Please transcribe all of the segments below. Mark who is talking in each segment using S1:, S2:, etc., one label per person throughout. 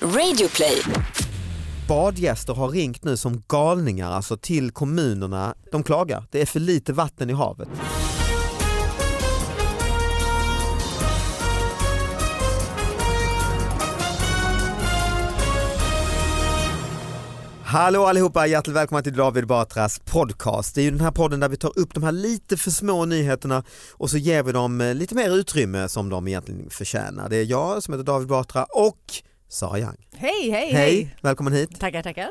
S1: Radioplay.
S2: Badgäster har ringt nu som galningar alltså till kommunerna. De klagar, det är för lite vatten i havet. Hallå allihopa, hjärtligt välkomna till David Batras podcast. Det är ju den här podden där vi tar upp de här lite för små nyheterna och så ger vi dem eh, lite mer utrymme som de egentligen förtjänar. Det är jag som heter David Batra och Sara Young.
S3: Hej, hej,
S2: Hej, välkommen hit.
S3: Tackar, tackar.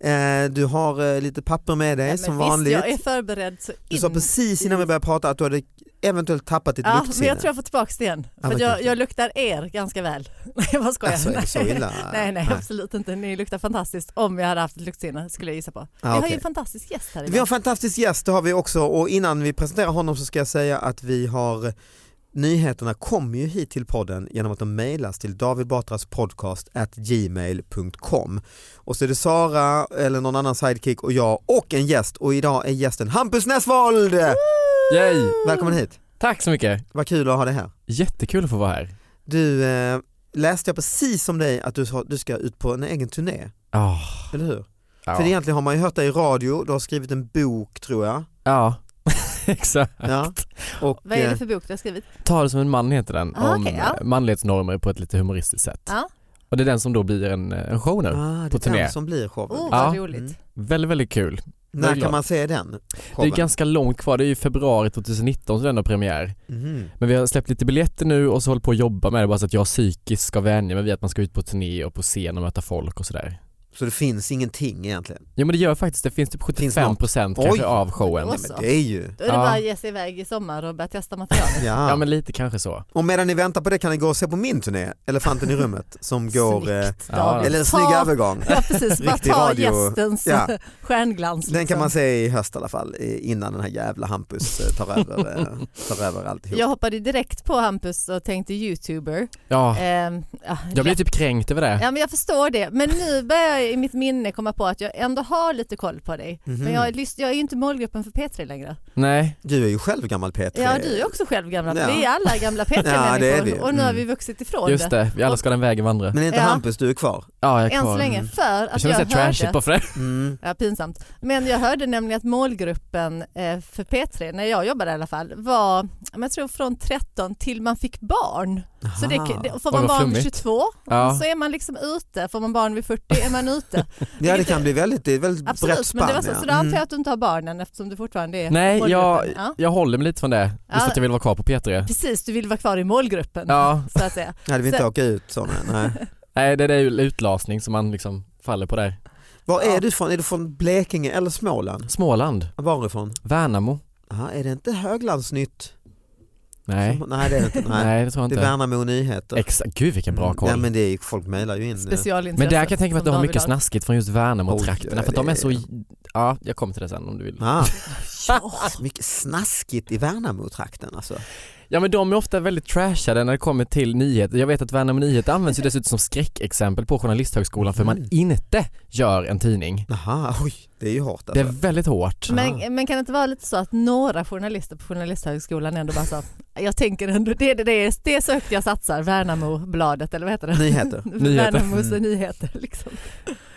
S2: Eh, Du har eh, lite papper med dig
S3: Ja, men
S2: som
S3: visst,
S2: vanligt.
S3: Jag är förberedd. Så in...
S2: Du sa precis innan vi började prata att du hade eventuellt tappat ditt
S3: ja, men
S2: luktsinne.
S3: jag tror jag får tillbaka det igen.
S2: Ja,
S3: för
S2: vad
S3: att jag,
S2: kul.
S3: jag luktar er ganska väl. Nej, jag bara skojar.
S2: Alltså, är det så illa?
S3: Nej, nej,
S2: Nej.
S3: absolut inte. Ni luktar fantastiskt. Om jag hade haft ett luktsinne skulle jag gissa på. vi
S2: Ja,
S3: har
S2: Ah,
S3: ju
S2: okej.
S3: en fantastisk gäst här
S2: Vi har en
S3: idag.
S2: fantastisk gäst, det har vi också och innan vi presenterar honom så ska jag säga att vi har Nyheterna kommer ju hit till podden genom att de mejlas till davidbatraspodcast@gmail.com och så är det Sara eller någon annan sidekick och jag och en gäst och idag är gästen Hampus Näsvold!
S4: Yay!
S2: Välkommen hit,
S4: Tack så mycket!
S2: vad kul att ha dig här.
S4: Jättekul att få vara här.
S2: Du, eh, läste jag precis om dig att du, sa- du ska ut på en egen turné,
S4: Oh,
S2: eller hur?
S4: ja.
S2: För egentligen har man ju hört dig i radio, du har skrivit en bok tror jag.
S4: ja. Exakt.
S2: Ja. Och,
S3: Vad är
S2: eh,
S3: det för bok du har skrivit?
S4: Ta det som en man heter den,
S3: Ah,
S4: om
S3: okej, ja. Ah.
S4: eh, manlighetsnormer på ett lite humoristiskt sätt.
S3: Ja.
S4: Och det är den som då blir en, eh, en show nu.
S2: ah, det
S4: på
S2: är
S4: turné.
S2: den som blir showen.
S3: Oh,
S4: Ja.
S3: vad
S2: Mm.
S3: roligt.
S4: Väldigt, väldigt kul.
S2: När
S4: glad.
S2: kan man se den?
S4: Det
S2: showen?
S4: är ganska långt kvar, det är ju februari 2019 som den har premiär.
S2: Mhm.
S4: Men vi har släppt lite biljetter nu och så håller på att jobba med det bara så att jag psykiskt ska vänja mig vid att man ska ut på turné och på scen och möta folk och sådär.
S2: Så det finns ingenting egentgen?
S4: Jo men det gör faktiskt, det finns typ
S2: Finns
S4: 75% procent
S2: Oj.
S4: kanske av showen.
S3: Oj.
S2: Nej, men det är ju...
S3: Då är det
S4: Ja.
S3: bara att ge sig iväg i sommar och börja testa materialet.
S2: Ja.
S4: Ja men lite kanske så.
S2: Och medan ni väntar på det kan ni gå och se på min turné, Elefanten i rummet, som går... Eh,
S3: Snyggt,
S4: Ja,
S3: David.
S2: eller en snygg
S3: Ta-
S2: övergång.
S3: Ja, precis. Bara
S2: Riktig
S3: ta
S2: radio.
S3: gästens
S2: Ja.
S3: stjärnglans.
S2: Den kan
S3: liksom.
S2: man se i höst i alla fall, eh, innan den här jävla Hampus eh, tar över, eh, tar över alltihop.
S3: Jag hoppade direkt på Hampus och tänkte youtuber.
S4: Ja,
S3: Ehm, ja,
S4: Ah. jag blir typ kränkt över det.
S3: Ja men jag förstår det, men nu börjar jag i mitt minne komma på att jag ändå har lite koll på dig.
S2: Mhm.
S3: Men jag, är lyst- jag är ju inte målgruppen för P3 längre.
S4: Nej.
S2: Du är ju själv gammal P3.
S3: Ja du är också själv gamla,
S2: Ja.
S3: vi är alla gamla
S2: Ja, det är vi.
S3: P3-människor och nu har
S2: Mm.
S3: vi vuxit ifrån
S4: Just
S3: det.
S4: det, vi alla ska den vägen vandra.
S2: Men är inte
S3: Ja.
S2: Hampus, du är kvar?
S4: Ja, jag är
S3: Än så
S4: kvar.
S3: länge,
S2: Mm.
S3: för
S4: Jag
S3: att jag,
S4: känner mig så trashigt
S3: hörde,
S4: bara för det.
S2: Mm.
S3: ja, pinsamt. Men jag hörde nämligen att målgruppen eh, för P3, när jag jobbade i alla fall, var men jag tror från 13 till man fick barn. Så det,
S2: Aha.
S3: det, får man
S4: Oj, vad
S3: barn vid
S4: flummigt.
S3: 22
S4: Ja.
S3: så är man liksom ute, får man barn vid 40 är man ute.
S2: Ja det
S3: inte-
S2: kan bli väldigt, det är väldigt brett
S3: Absolut,
S2: spann.
S3: men det var så.
S2: ja. Mm.
S3: Så då antar jag att du inte har barnen eftersom du fortfarande är
S4: Nej,
S3: i målgruppen. Ja.
S4: Jag håller mig lite från det, just
S3: Ja.
S4: att jag vill vara kvar på P3.
S3: Precis, du vill vara kvar i målgruppen.
S4: Ja,
S3: Så att säga.
S2: Nej, det vill inte
S3: Så-
S2: åka ut så nej, nej.
S4: nej det är ju utlasning som man liksom faller på där.
S2: Var är
S3: Ja.
S2: du från? Är du från Blekinge eller Småland?
S4: Småland,
S2: Varifrån?
S4: Värnamo.
S2: Aha, är det inte Höglandsnytt?
S4: Nej,
S2: Som, nej det är det inte. Nej.
S4: nej det tror jag
S2: Det är
S4: inte.
S2: Värnamo Nyheter.
S4: Exakt, gud vilken bra
S2: Mm.
S4: koll.
S2: Ja, men det är, folk mejlar ju in. eh,
S3: Specialintresse.
S4: Men där kan jag tänka mig att det
S3: som
S4: har
S3: David
S4: mycket snaskigt från just Värnamo-trakterna
S2: Oj,
S4: för att de
S2: det-
S4: är så, ja jag kommer till det sen om du vill.
S2: Ah, mycket snaskigt i Värnamo-trakten alltså.
S4: Ja men de är ofta väldigt trashade när det kommer till nyheter. Jag vet att Värnamo Nyheter används ju dessutom som skräckexempel på Journalisthögskolan för man
S2: Mm.
S4: inte gör en tidning.
S2: Aha, oj, det är ju hårt
S4: Det är
S2: alltså.
S4: väldigt hårt.
S3: Men, men kan det inte vara lite så att några journalister på Journalisthögskolan ändå bara sa, jag tänker ändå, det, det, det, är, det är så högt jag satsar, Värnamobladet eller vad heter det?
S2: Nyheter.
S4: Nyheter.
S3: Värnamos
S2: Mm.
S3: nyheter liksom.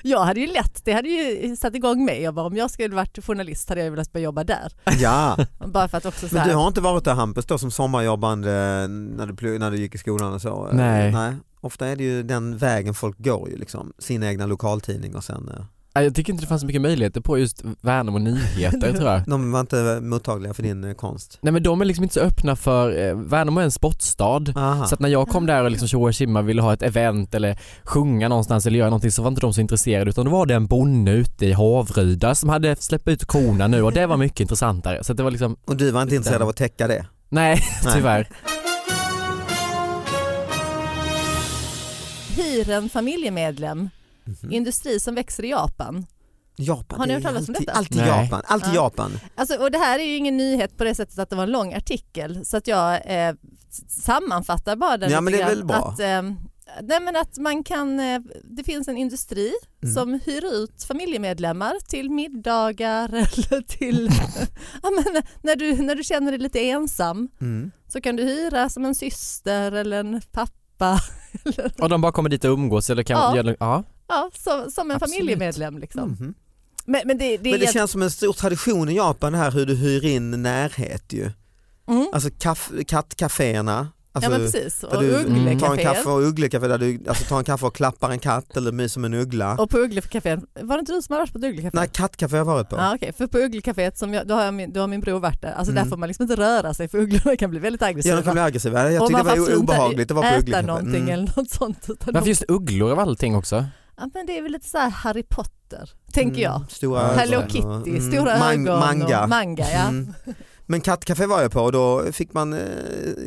S3: Jag hade ju lätt, det hade ju satt igång mig, jag bara, om jag skulle varit journalist hade jag velat börja jobba där.
S2: Ja,
S3: Bara för att också så
S2: men
S3: här,
S2: du har inte varit där Hampus då som sommarjobbande eh, när du, plu- när du gick i skolan och så? eh,
S4: Nej.
S2: nej. Ofta är det ju den vägen folk går ju liksom, sin egna lokaltidning och sen eh,
S4: Nej, Äh, Jag tycker inte det fanns så mycket möjligheter på just Värnamo Nyheter tror jag.
S2: De var inte mottagliga för din eh, konst?
S4: Nej men de är liksom inte så öppna för, eh, Värnamo är en sportstad.
S2: Aha. Mm.
S4: Så att när jag kom där och liksom tjoa och tjimma ville ha ett event eller sjunga någonstans eller göra någonting så var inte de så intresserade utan då var det en bonde ute i Havryda som hade släppt ut korna nu och det var mycket intressantare. Så att det var liksom,
S2: och du var inte
S4: Den-
S2: intresserad av att täcka det?
S4: nej
S2: Nej.
S4: tyvärr.
S3: hyr en familjemedlem,
S2: Mhm.
S3: industri som växer i Japan.
S2: Japan,
S3: Mm-hmm. Har
S2: det
S3: ni
S2: är
S3: hört talas om
S2: alltid,
S3: detta?
S2: Alltid
S4: Nej.
S2: Japan, alltid
S3: Ja.
S2: Japan.
S3: Alltså, och det här är ju ingen nyhet på det sättet att det var en lång artikel så att jag eh, s- sammanfattar bara den
S2: Ja, men det är
S3: grann.
S2: väl bra.
S3: Att, eh, nej, men att man kan, eh, det finns en industri
S2: Mm.
S3: som hyr ut familjemedlemmar till middagar eller till, ja, men, när, du, när du känner dig lite ensam
S2: Mm.
S3: så kan du hyra som en syster eller en pappa
S4: Och de bara kommer dit och umgås eller kan
S3: Ja.
S4: ja. ja.
S3: Ja, som, som en
S4: Absolut.
S3: familjemedlem liksom.
S2: Mhm.
S3: Men, men det, det,
S2: Men det
S3: är-
S2: känns som en stor tradition i Japan här hur du hyr in närhet ju.
S3: mm.
S2: Alltså kaff- kattcaféerna. Alltså,
S3: ja men precis, och
S2: där du tar en
S3: Ugglekaféer.
S2: kaffe och ugglekafé där du alltså, tar en kaffe och klappar en katt eller myser med en uggla.
S3: Och på Ugglekaféen, var det inte du som hade varit på ett Ugglekafé?
S2: Nej, kattkafé har jag varit på.
S3: Ja, okej, för på Ugglekaféet, som jag, då, har jag min, då har min bror varit där, alltså
S2: Mm.
S3: där får man liksom inte röra sig för ugglorna kan bli väldigt aggressiva.
S2: Ja, de kan bli aggressiva. Jag tyckte det var o- obehagligt att vara på
S3: äta
S2: ugglekafé.
S3: någonting
S2: Mm.
S3: eller något sånt. Utan
S4: Varför
S3: de,
S4: just ugglor av allting också?
S3: ja, men det är väl lite så här Harry Potter, tänker jag.
S2: Mm, Stora
S4: Hello
S2: ögon
S3: Hello
S2: och-
S3: Kitty,
S2: mm,
S3: stora
S2: man-
S3: ögon
S2: Manga.
S3: och manga. Ja.
S2: Mm. Men kattcafé var jag på och då fick man eh,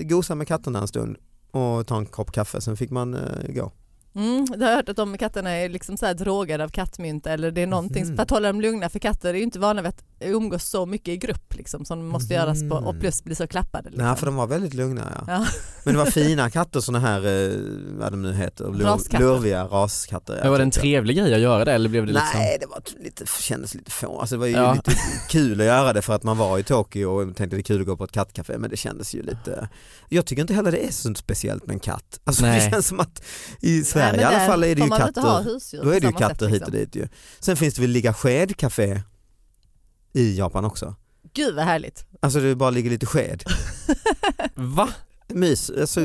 S2: gosa med katterna en stund och ta en kopp kaffe, sen fick man eh, gå.
S3: Mm, det har jag hört att de katterna är liksom så här drogade av kattmynta eller det är någonting
S2: Mhm.
S3: för att hålla dem lugna för katter är ju inte vana vid att umgås så mycket i grupp liksom som måste
S2: Mhm.
S3: göras på och plus bli så klappade. Liksom.
S2: Nej, för de var väldigt lugna. Ja.
S3: Ja.
S2: Men det var fina katter, sådana här, eh, vad de nu heter, lur-
S3: Raskatter.
S2: lurviga raskatter. ja,
S4: Men var det en
S2: typ, ja.
S4: trevlig grej att göra det eller blev det liksom?
S2: Nej, det var t- lite, kändes lite få. Alltså, det var ju
S4: Ja.
S2: lite kul att göra det för att man var i Tokyo och tänkte det är kul att gå på ett kattcafé men det kändes ju lite... Jag tycker inte heller det är så speciellt med en katt. Alltså, det
S4: Nej.
S2: känns som att i
S3: Nej,
S2: Sverige
S3: men
S2: i alla
S3: där
S2: fall är det
S3: får
S2: ju
S3: man väl inte ha
S2: katter,
S3: husdjur
S2: då är
S3: på
S2: det ju
S3: samma
S2: katter
S3: sätt,
S2: hit och
S3: liksom.
S2: dit ju. Sen finns det väl ligga sked café i Japan också.
S3: Gud vad härligt.
S2: Alltså det bara ligger lite sked.
S4: Va?
S2: Mys, alltså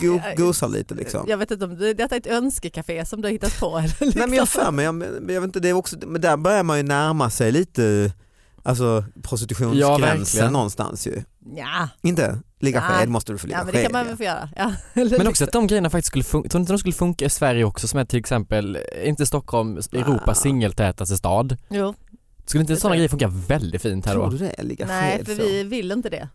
S2: go, gosar lite liksom.
S3: Jag vet inte om det, detta är ett önskecafé som du har hittat på. Eller liksom.
S2: Nej men jag har för mig, jag, men jag vet inte, det är också, men där börjar man ju närma sig lite alltså
S4: Ja,
S2: prostitutionsgränsen
S4: verkligen.
S2: någonstans ju.
S3: Nja,
S2: Inte? Ligga
S3: Ja.
S2: sked måste du få ligga
S3: ja, men det
S2: sked.
S3: kan man
S2: ja.
S3: väl få göra. Ja, eller
S4: Men
S3: liksom.
S4: också att de grejerna faktiskt skulle funka, tror du inte de skulle funka i Sverige också som är till exempel, är inte Stockholm
S2: Ah.
S4: Europas singeltätaste stad?
S3: jo,
S4: Skulle inte
S3: Det tror
S4: sådana
S3: jag.
S4: grejer funka väldigt fint här
S2: Tror
S4: då?
S2: du det? Ligga
S3: nej
S2: sked
S3: för
S2: så.
S3: vi vill inte det.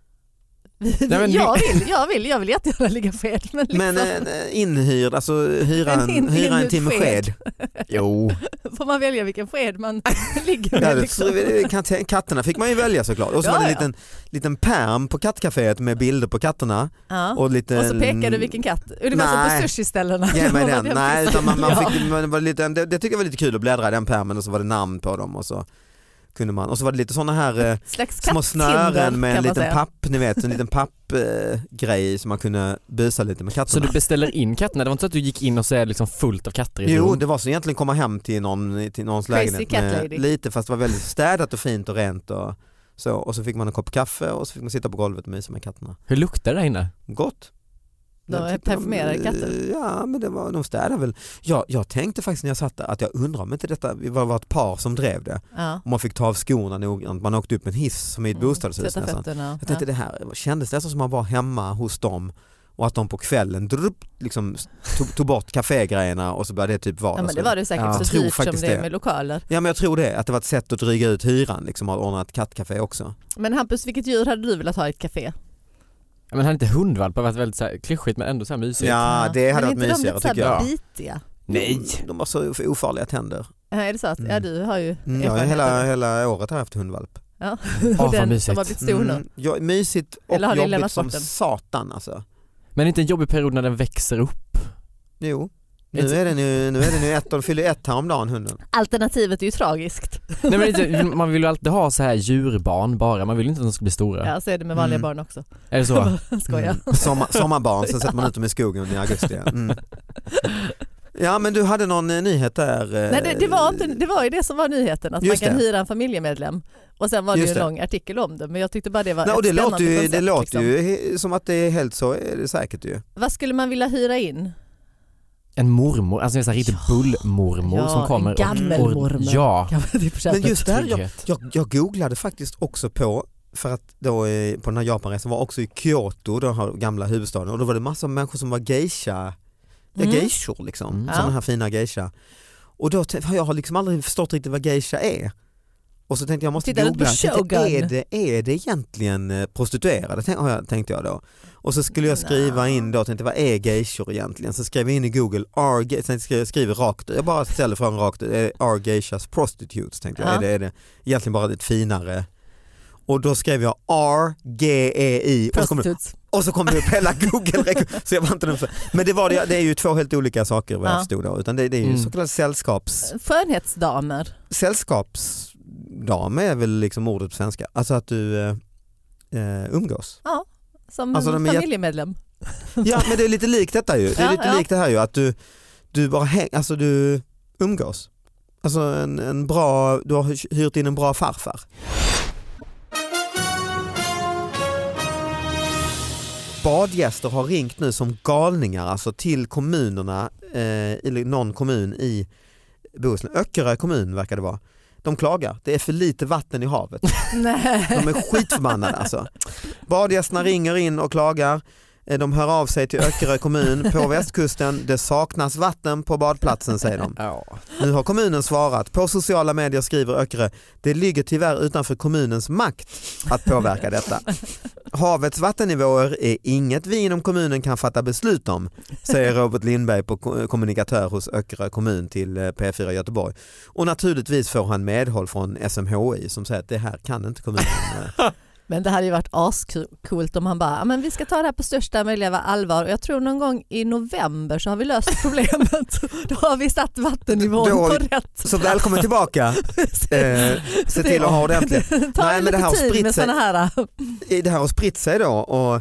S3: Vi,
S4: Nej, men vi-
S3: jag, vill, jag, vill, jag vill jättegärna ligga sked men, liksom,
S2: Men eh, inhyrd, alltså hyra
S3: En
S2: en,
S3: in-
S2: hyra en
S3: inhyrd
S2: timme
S3: sked.
S2: sked.
S4: Jo.
S3: får man välja vilken sked man ligger
S2: eh, Ja,
S3: med.
S2: det, så,
S3: Liksom.
S2: det kan, tän- katterna fick man ju välja såklart. Och så
S3: Ja,
S2: var det en
S3: ja.
S2: liten, liten pärm på kattcaféet med bilder på katterna.
S3: Ja.
S2: Och, lite,
S3: Och så pekar du vilken katt, ungefär som
S2: Nej.
S3: på sushiställena.
S2: Ge mig
S3: Man
S2: den.
S3: bara,
S2: Nej,
S3: ja,
S2: utan man, man
S3: ja.
S2: fick, man, det var lite, det, det tycker jag var lite kul att bläddra i den pärmen och så var det namn på dem och så kunde man. Och så var det lite sådana här eh,
S3: Slags
S2: små snören med en liten
S3: pappa.
S2: papp, ni vet, en liten pappgrej eh, grej som man kunde busa lite med
S4: Så
S2: katterna.
S4: du beställer in katterna? Det var inte så att du gick in och så är det liksom fullt av katter i ett
S2: Jo
S4: rum?
S2: det var så egentligen komma hem till, någon, till någons
S3: Crazy
S2: lägenhet
S3: cat
S2: med
S3: lady.
S2: lite fast det var väldigt städat och fint och rent och så. Och så fick man en kopp kaffe och så fick man sitta på golvet och mysa med katterna.
S4: Hur luktar det där inne?
S2: Gott.
S3: De
S2: Jag
S3: är
S2: tyckte
S3: parfymerade katter.
S2: Ja men det var, de städade väl. Jag, jag tänkte faktiskt när jag satt där att jag undrar om inte detta det var var ett par som drev det.
S3: Ja.
S2: Om man fick ta av skorna noggrant. Man åkte upp en hiss som i ett bostadshus
S3: Mm. Tvätta
S2: nästan.
S3: fötterna.
S2: Jag tänkte det här kändes nästan som att man var hemma hos dem och att de på kvällen drupp, liksom, tog, tog bort kafégrejerna och så började det typ vara
S3: Ja, men det
S2: så.
S3: var det säkert
S4: Ja.
S3: så
S2: Jag tror
S3: dyrt som
S2: faktiskt
S3: det är
S2: det.
S3: med lokaler.
S2: Ja men jag tror det, att det var ett sätt att dryga ut hyran liksom att ordna ett kattcafé också.
S3: Men Hampus, vilket djur hade du velat ha i ett café?
S4: Ja, men hade inte hundvalpar varit väldigt så här, klyschigt men ändå så här mysigt?
S2: Ja Ah, det hade varit
S3: men är inte
S2: mysigare
S3: de lite
S2: tycker
S3: så här
S2: jag.
S3: bitiga?
S4: Nej!
S2: De har så ofarliga tänder.
S3: Eh, Är det så att,
S2: Mm.
S3: ja du har ju
S2: Mm, jag har
S3: erfarenhet av
S2: hela,
S3: det.
S2: hela året har jag haft hundvalp.
S3: Ja.
S4: vad
S3: den som
S4: mysigt.
S3: har blivit stor nu.
S2: Mm, ja, mysigt och
S3: Eller har ni
S2: jobbigt
S3: lämnat
S2: som
S3: bort den?
S2: satan alltså.
S4: Men inte en jobbig period när den växer upp?
S2: Jo. Nu
S4: Inte-
S2: är den ju, nu är den ju ett, de fyller ett häromdagen hunden.
S3: Alternativet är ju tragiskt.
S4: Nej, men inte, man vill ju alltid ha så här djurbarn bara, man vill inte att de ska bli stora.
S3: Ja, så är det med vanliga
S2: Mm.
S3: barn också.
S4: Är det så?
S3: Skojar.
S2: Mm. Sommar, sommarbarn, sen sätter man ut dem i skogen i augusti. Mm. Ja men du hade någon eh, nyhet där. eh,
S3: Nej, det, det, var inte, det var ju det som var nyheten, att man
S2: Just
S3: kan
S2: det.
S3: hyra en familjemedlem. Och sen var det ju
S2: Just
S3: en
S2: det.
S3: lång artikel om det, men jag tyckte bara det var
S2: Nej, och
S3: ett
S2: det
S3: spännande
S2: låter, ju, det
S3: koncept,
S2: låter
S3: liksom.
S2: ju he- som att det är helt så, är det säkert ju.
S3: Vad skulle man vilja hyra in?
S4: En mormor, alltså en sån här riktig bullmormor
S3: Ja,
S4: som kommer
S3: en
S4: och,
S3: gammelmormor.
S4: och Ja,
S3: Kan man typ köpa
S2: Men just det här,
S4: trygghet.
S2: Jag, jag googlade faktiskt också på, för att då eh, på den här Japanresan var också i Kyoto, den här gamla huvudstaden, och då var det massor av människor som var geisha, ja,
S3: Mm.
S2: geishor liksom,
S4: Mm.
S2: sådana
S3: Ja.
S2: här fina geisha. Och då t- har jag har liksom aldrig förstått riktigt vad geisha är. Och så tänkte jag, jag måste
S3: Tittar du på
S2: googla, Jag tänkte,
S3: Shogun?
S2: är, det, är det egentligen eh, prostituerade Tänk- har jag- tänkte jag då. Och så skulle jag skriva in då, tänkte vad är geishor egentligen? Så skrev jag in i google, are, ge- sen skrev jag skriver rakt ut, jag bara ställer frågan rakt ut, eh, are geishas prostitutes? Tänkte jag,
S3: Ja.
S2: är, det, är det egentligen bara ett finare? Och då skrev jag R-G-E-I och så kom det,
S3: Prostituts.
S2: och så kom det upp hela google rek- så jag var inte den för, Men det, var, det det är ju två helt olika saker vad jag
S3: Ja.
S2: förstod då, utan det, det är ju
S4: Mm.
S2: så kallade sällskaps
S3: Skönhetsdamer.
S2: sällskapsdam är väl liksom ordet på svenska. Alltså att du eh, eh, umgås.
S3: Som
S2: Alltså,
S3: en
S2: de är jätte-
S3: familjemedlem.
S2: Ja men det är lite likt detta ju. Det är
S3: Ja,
S2: lite
S3: ja.
S2: likt det här ju att du, du bara häng, alltså du umgås. Alltså en, en bra, du har hyrt in en bra farfar. Badgäster har ringt nu som galningar alltså till kommunerna, eh, eller någon kommun i Bohuslän. Öckerö kommun verkar det vara. De klagar, det är för lite vatten i havet.
S3: Nej.
S2: De är skitförbannade alltså. Badgästerna ringer in och klagar. Eh, De hör av sig till Öckerö kommun på västkusten. Det saknas vatten på badplatsen säger de.
S4: Ja.
S2: Nu har kommunen svarat. På sociala medier skriver Öckerö. Det ligger tyvärr utanför kommunens makt att påverka detta. Havets vattennivåer är inget vi inom kommunen kan fatta beslut om säger Robert Lindberg, på ko- kommunikatör hos Öckerö kommun till eh, P4 Göteborg. Och naturligtvis får han medhåll från SMHI som säger att det här kan inte kommunen eh,
S3: Men det hade ju varit ascoolt om han bara, "Ja, men vi ska ta det här på största möjliga allvar och jag tror någon gång i november så har vi löst problemet. Då har vi satt vattennivån
S2: Då-
S3: på rätt.
S2: Så välkommen tillbaka. Eh, se till att ha ordentligt.
S3: Det tar
S2: Nej, men
S3: ju lite
S2: det här har
S3: tid
S2: spritt
S3: med
S2: sig.
S3: sådana här.
S2: Det här har spritt sig då och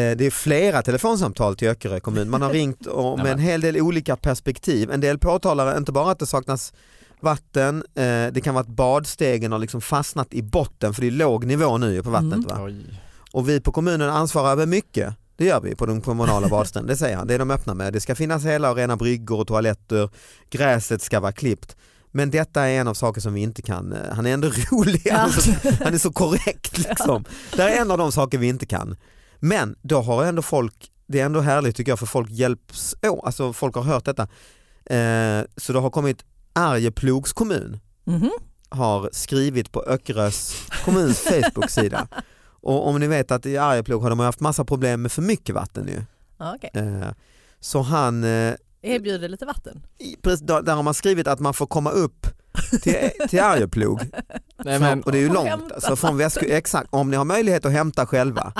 S2: eh, det är flera telefonsamtal till Öckerö kommun. Man har ringt och med en hel del olika perspektiv. En del påtalar inte bara att det saknas vatten, eh, det kan vara att badstegen har liksom fastnat i botten för det är låg nivå nu på vattnet.
S3: Mm.
S2: Va?
S4: Oj.
S2: Och vi på kommunen ansvarar över mycket. Det gör vi på de kommunala badstränderna, det säger han. Det är de öppna med. Det ska finnas hela och rena bryggor och toaletter. Gräset ska vara klippt. Men detta är en av saker som vi inte kan. eh, Han är ändå rolig, han är så, han är så korrekt. Liksom. Det här är en av de saker vi inte kan. Men då har ändå folk, det är ändå härligt tycker jag för folk hjälps åt, alltså folk har hört detta. Eh, så det har kommit Arjeplogs kommun
S3: Mhm.
S2: har skrivit på Öckerös kommuns Facebook-sida. Och om ni vet att i Arjeplog har de haft massa problem med för mycket vatten ju.
S3: Ja, okej.
S2: Eh, Så han, eh,
S3: Erbjuder lite vatten.
S2: i- precis där där har man skrivit att man får komma upp till, till Arjeplog.
S4: Nej,
S2: Så-
S4: men,
S2: och det är ju
S3: Och
S2: långt.
S3: hämta
S2: Alltså från väsk, exakt, om ni har möjlighet att hämta själva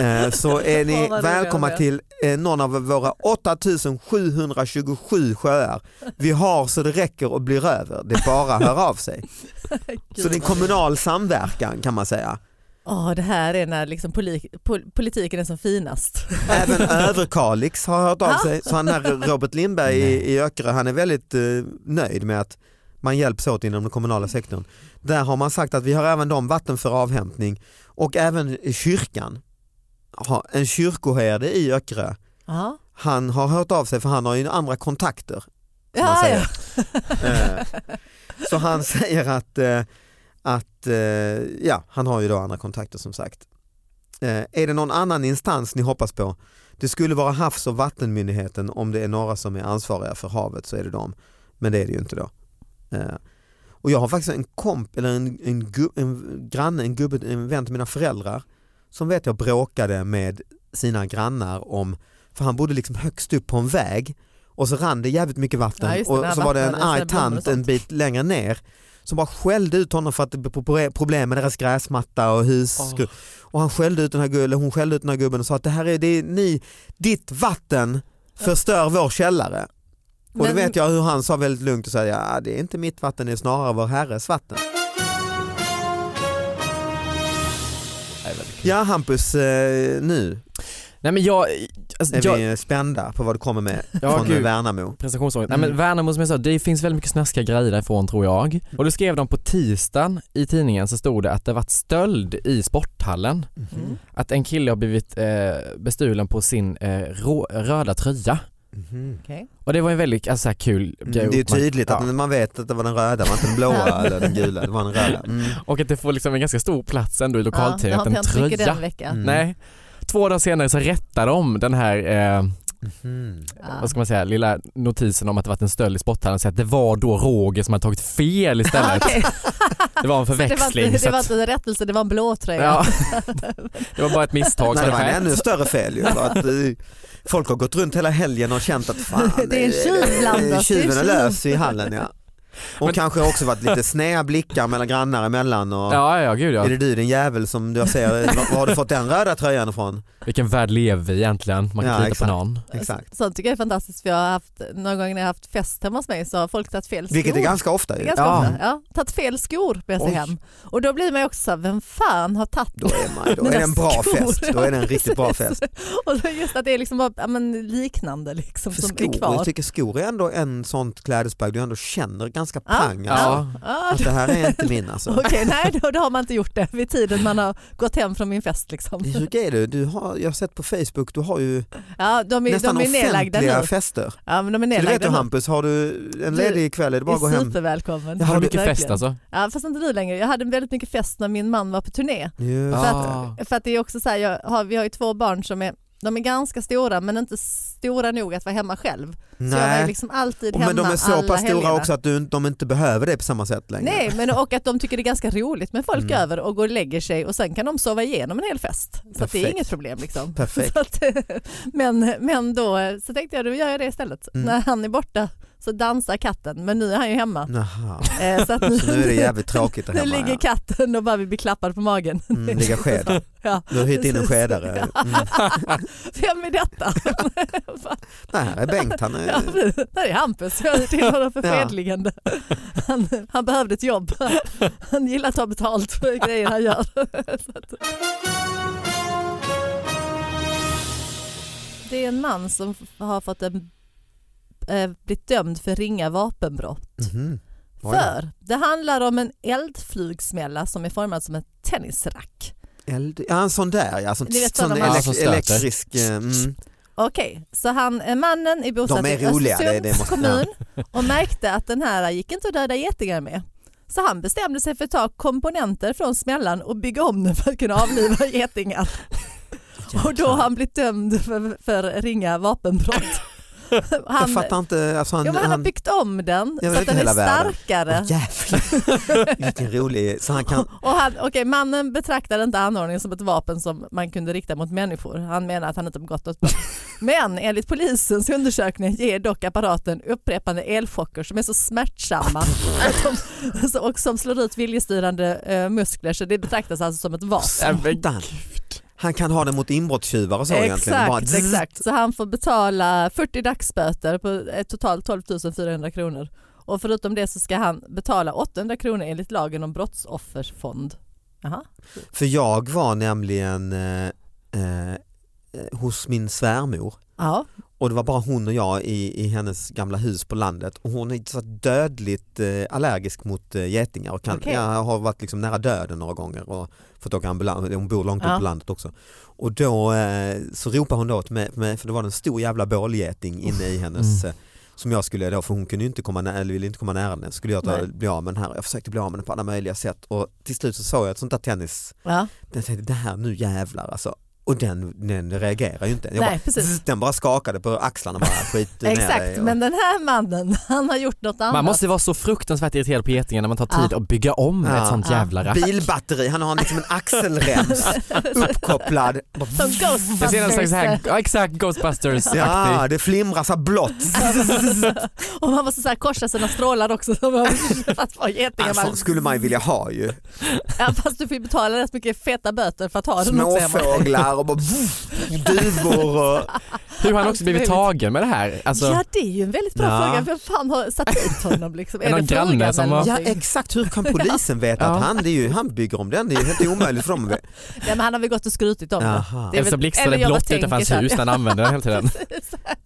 S2: eh, så är ni
S3: Åh, vad
S2: välkomna
S3: roligt.
S2: till eh, någon av våra 8727 sjöar. Vi har så det räcker och blir över. Det är bara att höra av sig. Så det
S3: Gud,
S2: är en
S3: vad-
S2: kommunal samverkan kan man säga.
S3: Åh, det här är när liksom poli- pol- politiken är som finast.
S2: Även Överkalix har hört av sig. Så han här Robert Lindberg i, i Öckerö han är väldigt eh, nöjd med att man hjälps åt inom den kommunala sektorn. Där har man sagt att vi har även de vatten för avhämtning och även kyrkan. Ha, En kyrkoherde i Öckerö
S3: Ja.
S2: han har hört av sig för han har ju andra kontakter som man
S3: Ja,
S2: säger.
S3: ja.
S2: Eh, Så han säger att, eh, att eh, ja, han har ju då andra kontakter som sagt. Eh, Är det någon annan instans ni hoppas på? Det skulle vara Havs och vattenmyndigheten om det är några som är ansvariga för havet så är det dem. Men det är det ju inte då. Eh, Och jag har faktiskt en komp, eller en, en, gu, en granne, en gubbe, en vän till mina föräldrar som vet jag bråkade med sina grannar om, för han bodde liksom högst upp på en väg och så rann det jävligt mycket vatten
S3: Ja, just det,
S2: och
S3: det här
S2: så var det en
S3: vattnet,
S2: arg
S3: sådana blommor och
S2: tant en
S3: sånt.
S2: bit längre ner som bara skällde ut honom för att det blev problem med deras gräsmatta och hus.
S4: Åh.
S2: Och han skällde ut den här gubben, eller hon skällde ut den här gubben och sa att det här är, det är ni, ditt vatten förstör vår källare. Och
S3: Men-
S2: det vet jag hur han sa väldigt lugnt och sa ja det är inte mitt vatten, det är snarare vår herres vatten.
S4: Nej, väldigt kul.
S2: Ja Hampus, eh, nu
S4: Nej, men jag, alltså,
S2: är
S4: jag,
S2: vi spända på vad du kommer med
S4: Ja,
S2: från
S4: gud.
S2: Värnamo.
S4: prestationsångest. Nej
S2: Mm.
S4: men Värnamo som jag sa, det finns väldigt mycket snaskiga grejer därifrån tror jag. Och då skrev de på tisdagen i tidningen så stod det att det varit stöld i sporthallen.
S3: Mm.
S4: Att en kille har blivit eh, bestulen på sin eh, rå, röda tröja.
S2: Mhm.
S3: Okej.
S4: Och det var en väldigt alltså, så här kul
S2: Mm, Det
S4: grej.
S2: är ju tydligt
S4: Mm-hmm. Ja.
S2: att man vet att det var den röda, var inte den blåa eller den gula, det var den röda. Mm.
S4: Och att det får liksom en ganska stor plats ändå i
S3: Ja,
S4: lokal-tv.
S3: det har
S4: att en
S3: inte hänt mycket
S4: tröja.
S3: den veckan.
S2: Mm.
S4: Nej. Två dagar senare så rättar de den här, eh,
S2: Mhm.
S3: Ja.
S4: Mm. vad ska man säga, lilla notisen om att det varit en stöld i sporthallen. Så att det var då Roger som hade tagit fel
S3: Ja,
S4: istället.
S3: okej.
S4: Det var en
S3: Det var,
S4: förväxling.
S3: inte,
S4: så
S3: det var
S4: att-
S3: inte en rättelse, det var en blå tröja.
S4: Ja. Det var bara ett misstag.
S2: Nej,
S4: så
S2: det var
S4: här-
S2: en ännu större fel ju. för Att, eh, folk har gått runt hela helgen och känt att fan,
S3: Det är en tjuv bland
S2: eh,
S3: oss, det är
S2: tjuven är
S3: tjuv.
S2: lös i hallen. Ja. Och
S4: Men-
S2: kanske också varit lite snäva blickar mellan grannar emellan. Och...
S4: Ja, ja, gud ja.
S2: Är det du din jävel som jag ser, eh, var, var har du fått den röda tröjan ifrån?
S4: Vilken värld lever vi i egentligen? Man kan
S2: Ja,
S4: inte lita
S2: exakt.
S4: på någon.
S2: Exakt.
S3: Sånt tycker jag är fantastiskt för jag har haft, någon gång när jag har haft fest hemma hos mig så har folk tagit fel skor.
S2: Vilket är ganska ofta ju.
S3: Ganska
S4: Ja.
S3: ofta, ja. Tagit fel skor med sig
S2: Oj.
S3: hem. Och då blir man ju också så här, vem fan har tagit
S2: Då är, man, då
S3: Mina
S2: är det en bra
S3: skor.
S2: fest. Då är det en
S3: Ja,
S2: riktigt bra
S3: precis.
S2: fest.
S3: Och då just att det är liksom bara, ja, men liknande liksom
S2: För
S3: som
S2: skor,
S3: är kvar.
S2: jag tycker skor är ändå en sånt klädesplagg du ändå känner ganska
S3: Ja,
S2: pang.
S4: ja.
S2: Alltså.
S3: Ja,
S2: Att det här är inte min alltså.
S3: Okej, nej då, då har man inte gjort det vid tiden man har gått hem från min fest. Liksom.
S2: Hur är du? du har, jag har sett på Facebook, du har ju
S3: Ja, de är,
S2: nästan
S3: de är nedlagda nu.
S2: offentliga fester.
S3: Ja, men de är
S2: Så du
S3: nedlagda
S2: vet ju
S3: nu.
S2: Hampus, har du en ledig kväll är det bara att gå
S3: är
S2: hem.
S3: supervälkommen.
S4: Har du mycket
S3: Verkligen.
S4: fest alltså?
S3: Ja, fast inte du längre. Jag hade väldigt mycket fest när min man var på turné.
S2: Just
S3: För
S2: det.
S3: att, för att det är också så här, jag har, vi har ju två barn som är de är ganska stora men inte stora nog att vara hemma själv. Så jag var ju
S2: Nej.
S3: liksom alltid
S2: Och
S3: hemma
S2: men de är så
S3: alla
S2: pass stora
S3: helgerna.
S2: också att du, de inte behöver det på samma sätt längre.
S3: Nej, men och att de tycker det är ganska roligt med folk
S2: Mm.
S3: över och går och lägger sig och sen kan de sova igenom en hel fest. Så att det är
S2: Perfekt.
S3: inget problem. Liksom.
S2: Perfekt.
S3: Så att, men, men då så tänkte jag, då gör jag det istället.
S2: Mm.
S3: När han är borta så dansar katten, men nu är han ju hemma.
S2: Jaha,
S3: Eh, Så, att
S2: Mm. så nu är det jävligt tråkigt där
S3: nu
S2: hemma.
S3: ligger
S2: ja.
S3: katten och bara vill bli klappad på magen.
S2: Mm, ligga sked.
S3: Ja.
S2: Du har hyrt in en skedare. Mm.
S3: Vem är detta?
S2: Det här är Bengt, han
S3: Ja,
S2: är...
S3: precis. Där är Hampus, jag till honom för
S2: Ja.
S3: fredligande. Han, han behövde ett jobb. Han gillar att ta betalt för grejer han gör. Så att- Det är en man som f- har fått en, eh, blivit dömd för ringa vapenbrott.
S2: Mhm. Oj då.
S3: För det handlar om en eldflugsmälla som är formad som en tennisrack.
S2: Eld... Ja, en sån där ja, sån,
S3: Ni vet
S2: sån
S3: såna man-
S4: Ja, som
S2: elek-
S4: stöter.
S2: elektrisk. eh, Mm.
S3: Okej, så han, eh, mannen är bosatt
S2: De är
S3: i
S2: roliga, det- det
S3: Östersunds
S2: måste-
S3: kommun och märkte att den här gick inte att döda getingar med. Så han bestämde sig för att ta komponenter från smällan och bygga om den för att kunna avliva getingar. Och då har han blivit dömd för, för ringa vapenbrott. Han,
S2: Jag fattar inte, alltså han...
S3: jo, men han har
S2: han...
S3: byggt om den
S2: Jag vet
S3: så att den är
S2: hela världen.
S3: starkare.
S2: Åh, jävlar, vilken rolig. Så han kan...
S3: Och han, okej, mannen betraktade inte anordningen som ett vapen som man kunde rikta mot människor. Han menar att han inte begått något brott. Men enligt polisens undersökning ger dock apparaten upprepande elchocker som är så smärtsamma att de, så- och som slår ut viljestyrande eh, muskler så det betraktas alltså som ett vapen.
S2: Satan. Han kan ha den mot inbrottstjuvar och så egentligen. Bara-
S3: Exakt, exakt. Så han får betala 40 dagsböter på eh, totalt 12 400 kronor. Och förutom det så ska han betala 800 kronor enligt lagen om brottsofferfond. Jaha.
S2: För jag var nämligen eh, eh, hos min svärmor
S3: Ja.
S2: och det var bara hon och jag i, i hennes gamla hus på landet och hon är så dödligt eh, allergisk mot eh, getingar och kan,
S3: Okej.
S2: ja, har varit liksom nära döden några gånger och fått åka ambulans, hon bor långt
S3: Ja.
S2: upp på landet också. Och då eh, så ropade hon då åt mig, mig, för det var en stor jävla bålgeting inne i hennes eh, som jag skulle då, för hon kunde ju inte komma nära, eller ville inte komma nära den, skulle jag ta,
S3: Nej.
S2: bli av med den här. Jag försökte bli av med den på alla möjliga sätt och till slut så såg jag ett sånt där tennis
S3: ja.
S2: Jag tänkte det här nu jävlar alltså. Och den, den reagerar ju inte. Jag
S3: Nej,
S2: bara,
S3: precis.
S2: zzz, den bara skakade på axlarna bara skit ner dig
S3: Exakt,
S2: och-
S3: men den här mannen han har gjort något annat.
S4: Man måste ju vara så fruktansvärt irriterad på getingar när man tar tid
S3: Ja.
S4: att bygga om
S2: Ja.
S4: ett sånt
S3: Ja.
S4: jävla rack.
S2: Bilbatteri, han har liksom en axelrems uppkopplad. Bara,
S3: Som
S4: Det ser nästan
S3: Ghostbusters.
S4: så här,
S3: eh,
S4: ja, exakt Ghostbusters-aktig.
S2: Ja, ah, det flimrar så här blått.
S3: Och man måste så här korsa sina strålar också. så man- fast, var getingar,
S4: Alltså,
S2: En sån
S3: man,
S2: Äh, skulle man ju vilja ha ju.
S3: ja, fast du får ju betala rätt mycket feta böter för att ha den också hemma.
S2: Småfåglar och bara, vuff, duvor. Och...
S4: Hur har han
S3: Allt
S4: också blivit
S3: möjligt.
S4: tagen med det här? Alltså,
S3: Ja det är ju en väldigt bra
S2: Ja.
S3: fråga. Vem fan har satt dit honom? Liksom?
S4: Är någon granne
S3: frågan
S4: som
S3: eller
S4: har-
S2: Ja
S3: någonting?
S2: exakt, hur kan polisen veta
S4: Ja.
S2: att han, det är ju, han bygger om den? Det är ju helt omöjligt för dem. att veta.
S3: Nej, men han har väl gått och skrutit om det.
S2: Jaha.
S3: är väl-
S4: eller så blixtrar det
S3: eller jag bara
S4: blått utanför hans
S3: tänker så här,
S4: hus när han använder den hela tiden.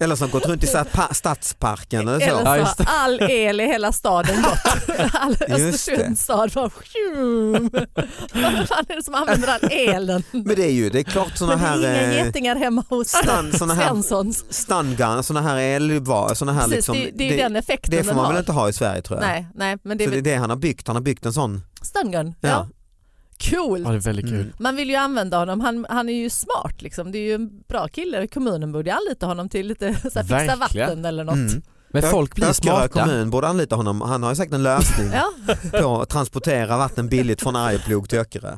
S2: Eller som gått runt i så här pa- stadsparken eller så.
S3: Eller så
S4: Ja, just
S3: har all el i hela staden gått. All
S2: det.
S3: Östersunds stad bara... Vad fan är det som använder all elen?
S2: Men det är ju, det är klart sådana
S3: Men det
S2: här...
S3: är inga
S2: eh,
S3: getingar hemma hos
S2: Stan, såna här
S3: Svenssons.
S2: stungun, såna här elvar, såna här
S3: Precis,
S2: liksom.
S3: det, det är ju den effekten
S2: det får
S3: den
S2: man
S3: har.
S2: väl inte ha i Sverige tror jag.
S3: Nej, nej, men det är
S2: Så det är
S3: väl
S2: det han har byggt, han har byggt en sån.
S3: stungun. Ja.
S2: Ja.
S3: Cool.
S4: Ja, det är väldigt kul.
S2: Mm.
S3: Man vill ju använda honom, han, han är ju smart liksom. Det är ju en bra kille. Kommunen borde ju anlita honom till lite så här, fixa
S4: Verkligen.
S3: vatten eller något.
S2: Mm.
S4: Men
S2: Ö-
S4: folk blir
S2: Öckerö
S4: smarta.
S2: kommun borde anlita honom, han har ju säkert en lösning
S3: Ja,
S2: på att transportera vatten billigt från Arjeplog till Öckerö.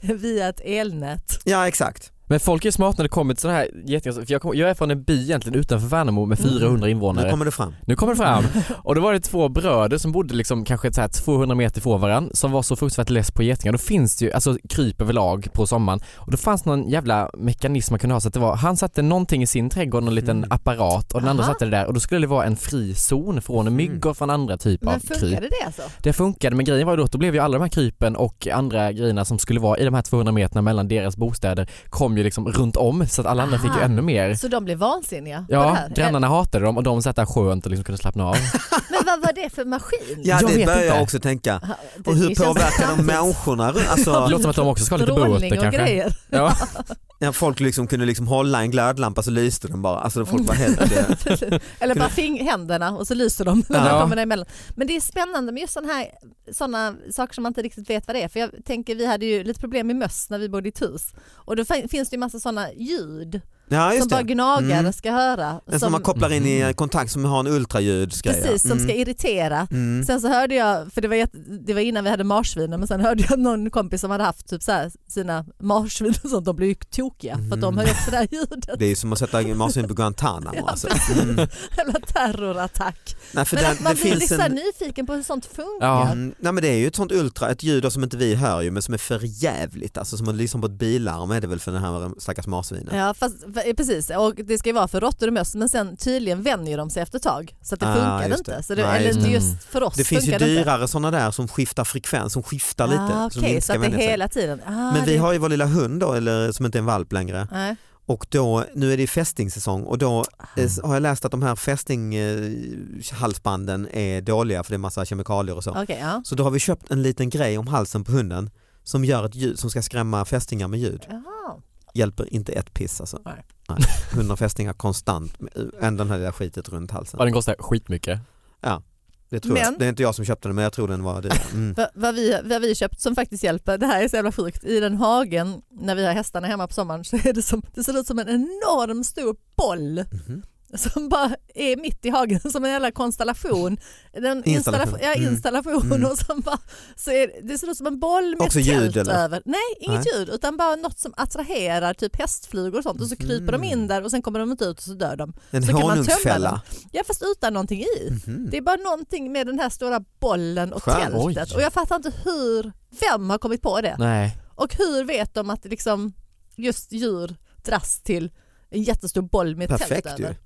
S3: via ett elnät.
S2: Ja exakt.
S4: Men folk är smarta när det kommer till sådana här jättekonstiga, för jag, kom, jag är från en by egentligen utanför Värnamo med
S3: Mm.
S4: 400 invånare.
S2: Nu kommer det fram.
S4: Nu kommer det fram. Och då var det två bröder som bodde liksom kanske så här 200 meter ifrån varandra som var så fruktansvärt less på getingar. Då finns det ju, alltså kryp överlag på sommaren. Och då fanns någon jävla mekanism man kunde ha så att det var, han satte någonting i sin trädgård, någon liten
S2: Mm.
S4: apparat och den andra
S3: Aha. Mm.
S4: satte det där och då skulle det vara en fri zon från mygg och från andra typer av
S3: Men
S2: typ.
S4: kryp.
S3: funkade det alltså?
S4: Det funkade men grejen var ju då att då blev ju alla de här krypen och andra grejerna som skulle vara i de här 200 meterna mellan deras bostäder kom ju liksom runt om så att alla andra fick ju
S3: Aha.
S4: ännu mer.
S3: Så de blev vansinniga på det
S4: Ja,
S3: här?
S4: grannarna hatade dem och de satt där skönt och liksom kunde slappna av.
S3: Men vad var det för maskin?
S2: Ja
S4: Jag
S2: det
S4: vet
S2: börjar jag
S4: inte.
S2: också tänka.
S3: Ha, det-
S2: Och
S3: det
S2: hur
S3: känns
S2: påverkar de
S3: framtids-
S2: människorna? Alltså,
S4: Det låter som att de också ska ha lite
S3: Strålning
S4: böter
S3: och
S4: kanske.
S3: grejer.
S4: Ja.
S2: Ja, folk liksom kunde liksom hålla en glödlampa så lyste den bara. Alltså folk var helt... eh,
S3: Eller bara fing händerna och så lyser de när
S4: Ja.
S3: de kommer emellan. Men det är spännande med just sådana här såna saker som man inte riktigt vet vad det är. För jag tänker vi hade ju lite problem med möss när vi bodde i ett hus. Och då fin- finns det ju massa sådana ljud
S2: Ja just
S3: som bara
S2: det.
S3: gnagare
S2: Mm.
S3: ska höra.
S2: Den som man kopplar in
S4: Mm.
S2: i kontakt som har en ultraljudsgrej.
S3: precis, som ska
S2: Mm.
S3: irritera.
S2: Mm.
S3: Sen så hörde jag, för det var, jätte- det var innan vi hade marsvinen, men sen hörde jag någon kompis som hade haft typ så här, sina marsvin och sånt, de blev ju tokiga för att
S2: Mm.
S3: de hör ju också det här ljudet.
S2: Det är ju som att sätta marsvin på Guantanamo. Alltså. Mm.
S3: Jävla terrorattack.
S2: Nej, för
S3: Men
S2: den,
S3: att man
S2: det
S3: blir
S2: finns
S3: liksom
S2: en...
S3: nyfiken på hur sånt funkar.
S4: Ja.
S2: Mm, nej men det är ju ett sånt ultra, ett ljud då som inte vi hör ju men som är för jävligt. Alltså som att lyssna på ett bilarm är det väl för den här stackars marsvinet.
S3: Ja fast, f- precis, och det ska ju vara för råttor och möss men sen tydligen vänjer de sig efter ett tag så att det
S2: Ah,
S3: funkar
S2: just det.
S3: inte. Så det,
S2: Nej,
S3: eller
S4: just det.
S3: just för oss
S2: Det finns ju
S3: funkar inte.
S2: dyrare sådana där som skiftar frekvens, som skiftar lite.
S3: Ah,
S2: så
S3: Okej,
S2: de inte
S3: så
S2: ska
S3: att det
S2: vänja sig.
S3: hela tiden. Ah,
S2: Men vi
S3: det...
S2: har ju vår lilla hund då, eller, som inte är en valp längre.
S3: Nej.
S2: Och då, nu är det ju fästingsäsong och då eh, har jag läst att de här fästinghalsbanden är dåliga för det är massa kemikalier och så.
S3: Okej, ja.
S2: Så då har vi köpt en liten grej om halsen på hunden som gör ett ljud som ska skrämma fästingar med ljud.
S3: Jaha.
S2: Hjälper inte ett piss alltså.
S3: Nej.
S2: Nej. Hunden har fästingar konstant, med- än den här lilla skitet runt halsen.
S4: Ja, den kostar skitmycket.
S2: Det, tror
S3: Men-
S2: jag. det är inte jag som köpte den men jag tror den var dyr. Mm.
S3: Va- Vad vi, vad vi köpt som faktiskt hjälper, det här är så jävla sjukt, i den hagen när vi har hästarna hemma på sommaren så är det som, det ser ut som en enorm stor boll
S2: Mhm.
S3: som bara är mitt i hagen som en jävla konstellation. Den
S2: Installation.
S3: installation. Ja,
S2: Mm.
S3: installation
S2: Mm.
S3: och som bara, så är, det ser ut som en boll med
S2: Också
S3: ett tält
S2: ljud, eller?
S3: över. Nej, inget
S2: Nej.
S3: ljud utan bara något som attraherar typ hästflugor och sånt och så kryper de in
S2: Mhm.
S3: där och sen kommer de inte ut och så dör de.
S2: En
S3: Så kan man tömma
S2: honungsfälla.
S3: Ja fast utan någonting i.
S2: Mhm.
S3: Det är bara någonting med den här stora bollen och
S2: Skönt.
S3: tältet
S4: Oj.
S3: och jag fattar inte hur, vem har kommit på det?
S4: Nej.
S3: Och hur vet de att liksom just djur dras till en jättestor boll med ett
S2: Perfekt
S3: tält
S2: ju.
S3: över?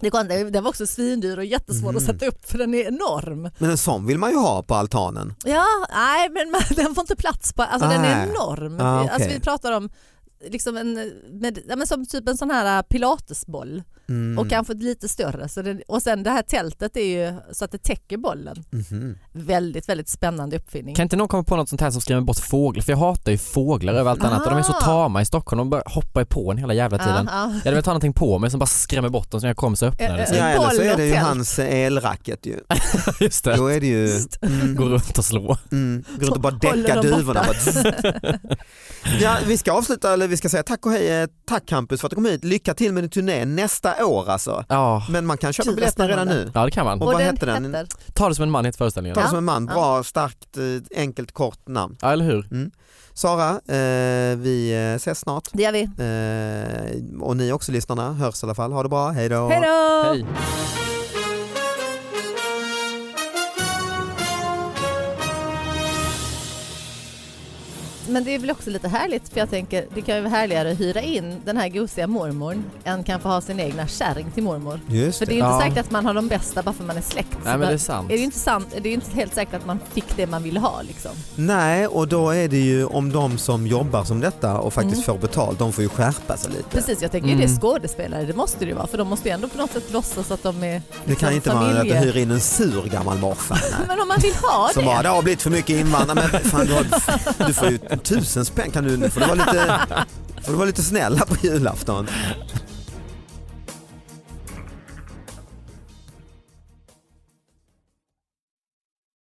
S3: Det går inte. Den var också svindyr och jättesvår
S2: Mm.
S3: att sätta upp för den är enorm.
S2: Men en sån vill man ju ha på altanen.
S3: Ja, nej men man, den får inte plats på, alltså den
S2: Nej.
S3: är enorm.
S2: Ah, okej.
S3: alltså, vi pratar om liksom en, med, ja, men som typ en sån här pilatesboll
S2: Mm.
S3: och kanske lite större. Så den, och sen det här tältet är ju så att det täcker bollen.
S2: Mhm.
S3: Väldigt, väldigt spännande uppfinning.
S4: Kan inte någon komma på något sånt här som skrämmer bort fåglar? För jag hatar ju fåglar över allt annat och de är så
S3: Ah.
S4: tama i Stockholm, de bara hoppar ju på en hela jävla tiden.
S3: Ja,
S4: Jag hade velat ha någonting på mig som bara skrämmer bort dem så när jag kommer så öppnar
S3: Eh,
S4: det
S2: Ja,
S4: sig.
S3: eh,
S2: eller så
S3: boll
S2: är
S3: och
S2: det ju
S3: tält.
S2: hans elracket ju.
S4: Just det.
S2: Då är det ju... Mm,
S4: Gå runt och slå.
S2: mm. Går runt och bara
S3: Håller
S2: däcka
S3: dem borta.
S2: duvorna. Bara tss. Ja, vi ska avsluta, eller vi ska säga tack och hej, eh, tack Campus för att du kom hit. Lycka till med din turné nästa år alltså.
S4: Ja.
S2: Men man kan köpa
S3: Gud, vad
S2: biljetterna redan
S3: spännande.
S2: nu.
S4: ja, det kan man.
S2: Och vad hette den?
S3: heter-
S4: Ta det som en man heter föreställningen.
S2: Ta
S4: Ja,
S2: det som en man, bra, starkt, eh, enkelt, kort namn.
S4: eller hur?
S2: Sara, eh, vi eh, ses snart.
S3: Det gör vi.
S2: Eh, och ni också lyssnarna, hörs i alla fall. Ha det bra, hej då.
S3: Hej då!
S4: Hej.
S3: Men det är väl också lite härligt för jag tänker det kan ju vara härligare att hyra in den här gosiga mormorn än kanske ha sin egna kärring till mormor.
S2: Just
S3: För det är
S2: det.
S3: ju inte
S4: Ja.
S3: säkert att man har de bästa bara för man är släkt.
S4: Nej men det är sant.
S3: det ju inte sant, det är ju inte helt säkert att man fick det man ville ha liksom.
S2: Nej, och då är det ju om de som jobbar som detta och faktiskt får betalt, de får ju skärpa sig lite.
S3: Mm. Precis, jag tänker ju
S4: Mm.
S3: det är skådespelare, det måste det ju vara för de måste ju ändå på något sätt låtsas att de är...
S2: Det kan
S3: Som
S2: inte vara att du
S3: familje.
S2: hyr in en sur gammal morfar nej.
S3: Men om man vill ha det!
S2: som bara, det har blivit för mycket invandrare, men fan du, har, du får ju tusen spänn, kan du, nu får du vara lite, får du vara lite snälla på julafton.